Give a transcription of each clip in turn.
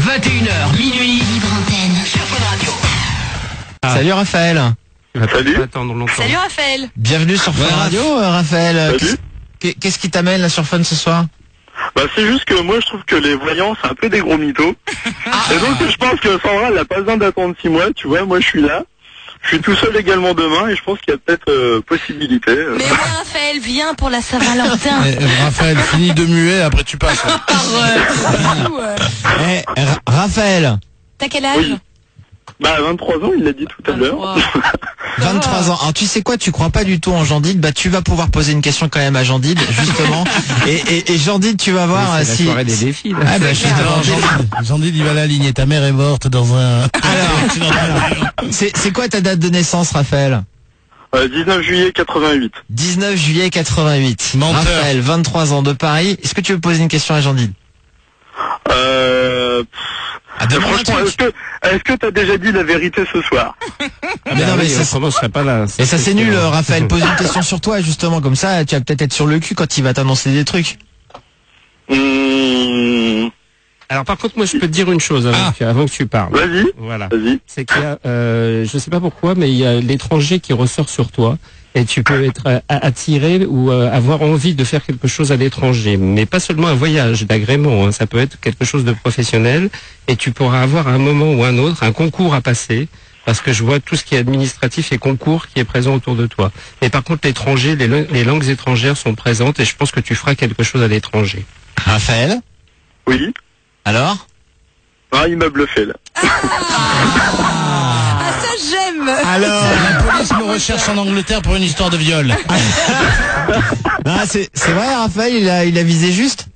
21h, minuit. Libre antenne. Sur Fun Radio. Ah. Salut Raphaël. Salut. Attendre longtemps. Salut Raphaël Bienvenue sur Fun Ouais, Raph. Radio, euh, Raphaël. Salut. Qu'est- Qu'est-ce qui t'amène là sur Fun ce soir Bah c'est juste que moi je trouve que les voyants c'est un peu des gros mythos. Et donc je pense que Sandra elle n'a pas besoin d'attendre six mois, tu vois, moi je suis là. Je suis tout seul également demain et je pense qu'il y a peut-être euh, possibilité. euh. Mais ouais Raphaël, viens pour la Saint-Valentin Eh, eh, Raphaël, finis de muet, après tu passes. hein. Eh, Ra- Raphaël, T'as quel âge Oui. Bah à 23 ans, il l'a dit tout à l'heure. 23 ans. Alors tu sais quoi, tu crois pas du tout en Jandide Bah tu vas pouvoir poser une question quand même à Jandide, justement. et, et, et Jandide, tu vas voir euh, C'est si... la soirée des défis. là. Ah bah justement, Jandide. Jean-Did, il va l'aligner. Ta mère est morte dans un... Alors, c'est c'est quoi ta date de naissance, Raphaël Euh, 19 juillet 88. 19 juillet 88. Menteur. Raphaël, 23 ans de Paris. Est-ce que tu veux poser une question à Jandine Euh, pff, franchement, est-ce que est-ce que t'as déjà dit la vérité ce soir Mais non, mais Ah oui, ça, autrement, je serais pas là. Et ça c'est nul, euh, Raphaël. Pose une question sur toi, justement, comme ça, tu vas peut-être être sur le cul quand il va t'annoncer des trucs. Mmh, Alors par contre, moi, je peux te dire une chose avant, Ah. que, avant que tu parles. Vas-y, Voilà. vas-y. C'est qu'il y a, euh, je sais pas pourquoi, mais il y a l'étranger qui ressort sur toi. Et tu peux être euh, a- attiré ou euh, avoir envie de faire quelque chose à l'étranger, mais pas seulement un voyage d'agrément. hein. Ça peut être quelque chose de professionnel, et tu pourras avoir à un moment ou un autre un concours à passer, parce que je vois tout ce qui est administratif et concours qui est présent autour de toi. Mais par contre, l'étranger, les, lo- les langues étrangères sont présentes, et je pense que tu feras quelque chose à l'étranger. Raphaël Oui. Alors Ah, il m'a bluffé là. Ah ça j'aime Alors La police me recherche en Angleterre pour une histoire de viol. Ah, C'est c'est vrai, Raphaël, il a, il a visé juste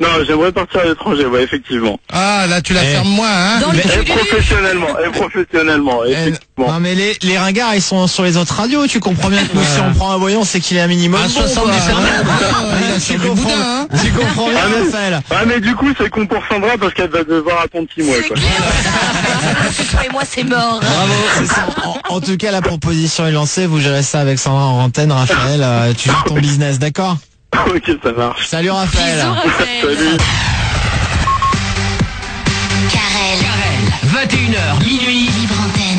Non, j'aimerais partir à l'étranger, ouais, effectivement. Ah, là, tu la Eh. fermes moins, hein Dans le Et cul du professionnellement, et professionnellement, effectivement. Non mais les, les ringards ils sont sur les autres radios, tu comprends bien que nous si on prend un voyant c'est qu'il est un minimum. À bon, 70 quoi. Ah, il a tu, sur du comprends, boudin, hein tu comprends bien Ah, mais- Raphaël. Ah mais du coup c'est con pour Sandra parce qu'elle va devoir attendre six mois C'est quoi. clair Parce que toi et moi c'est mort Bravo, c'est ça. En, en tout cas, la proposition est lancée. Vous gérez ça avec Sandra en antenne. Raphaël, euh, tu gères ton business, d'accord ok ça marche. Salut Raphaël. Bisous Raphaël Salut. Carrel. Carrel, 21h, minuit. Libre antenne.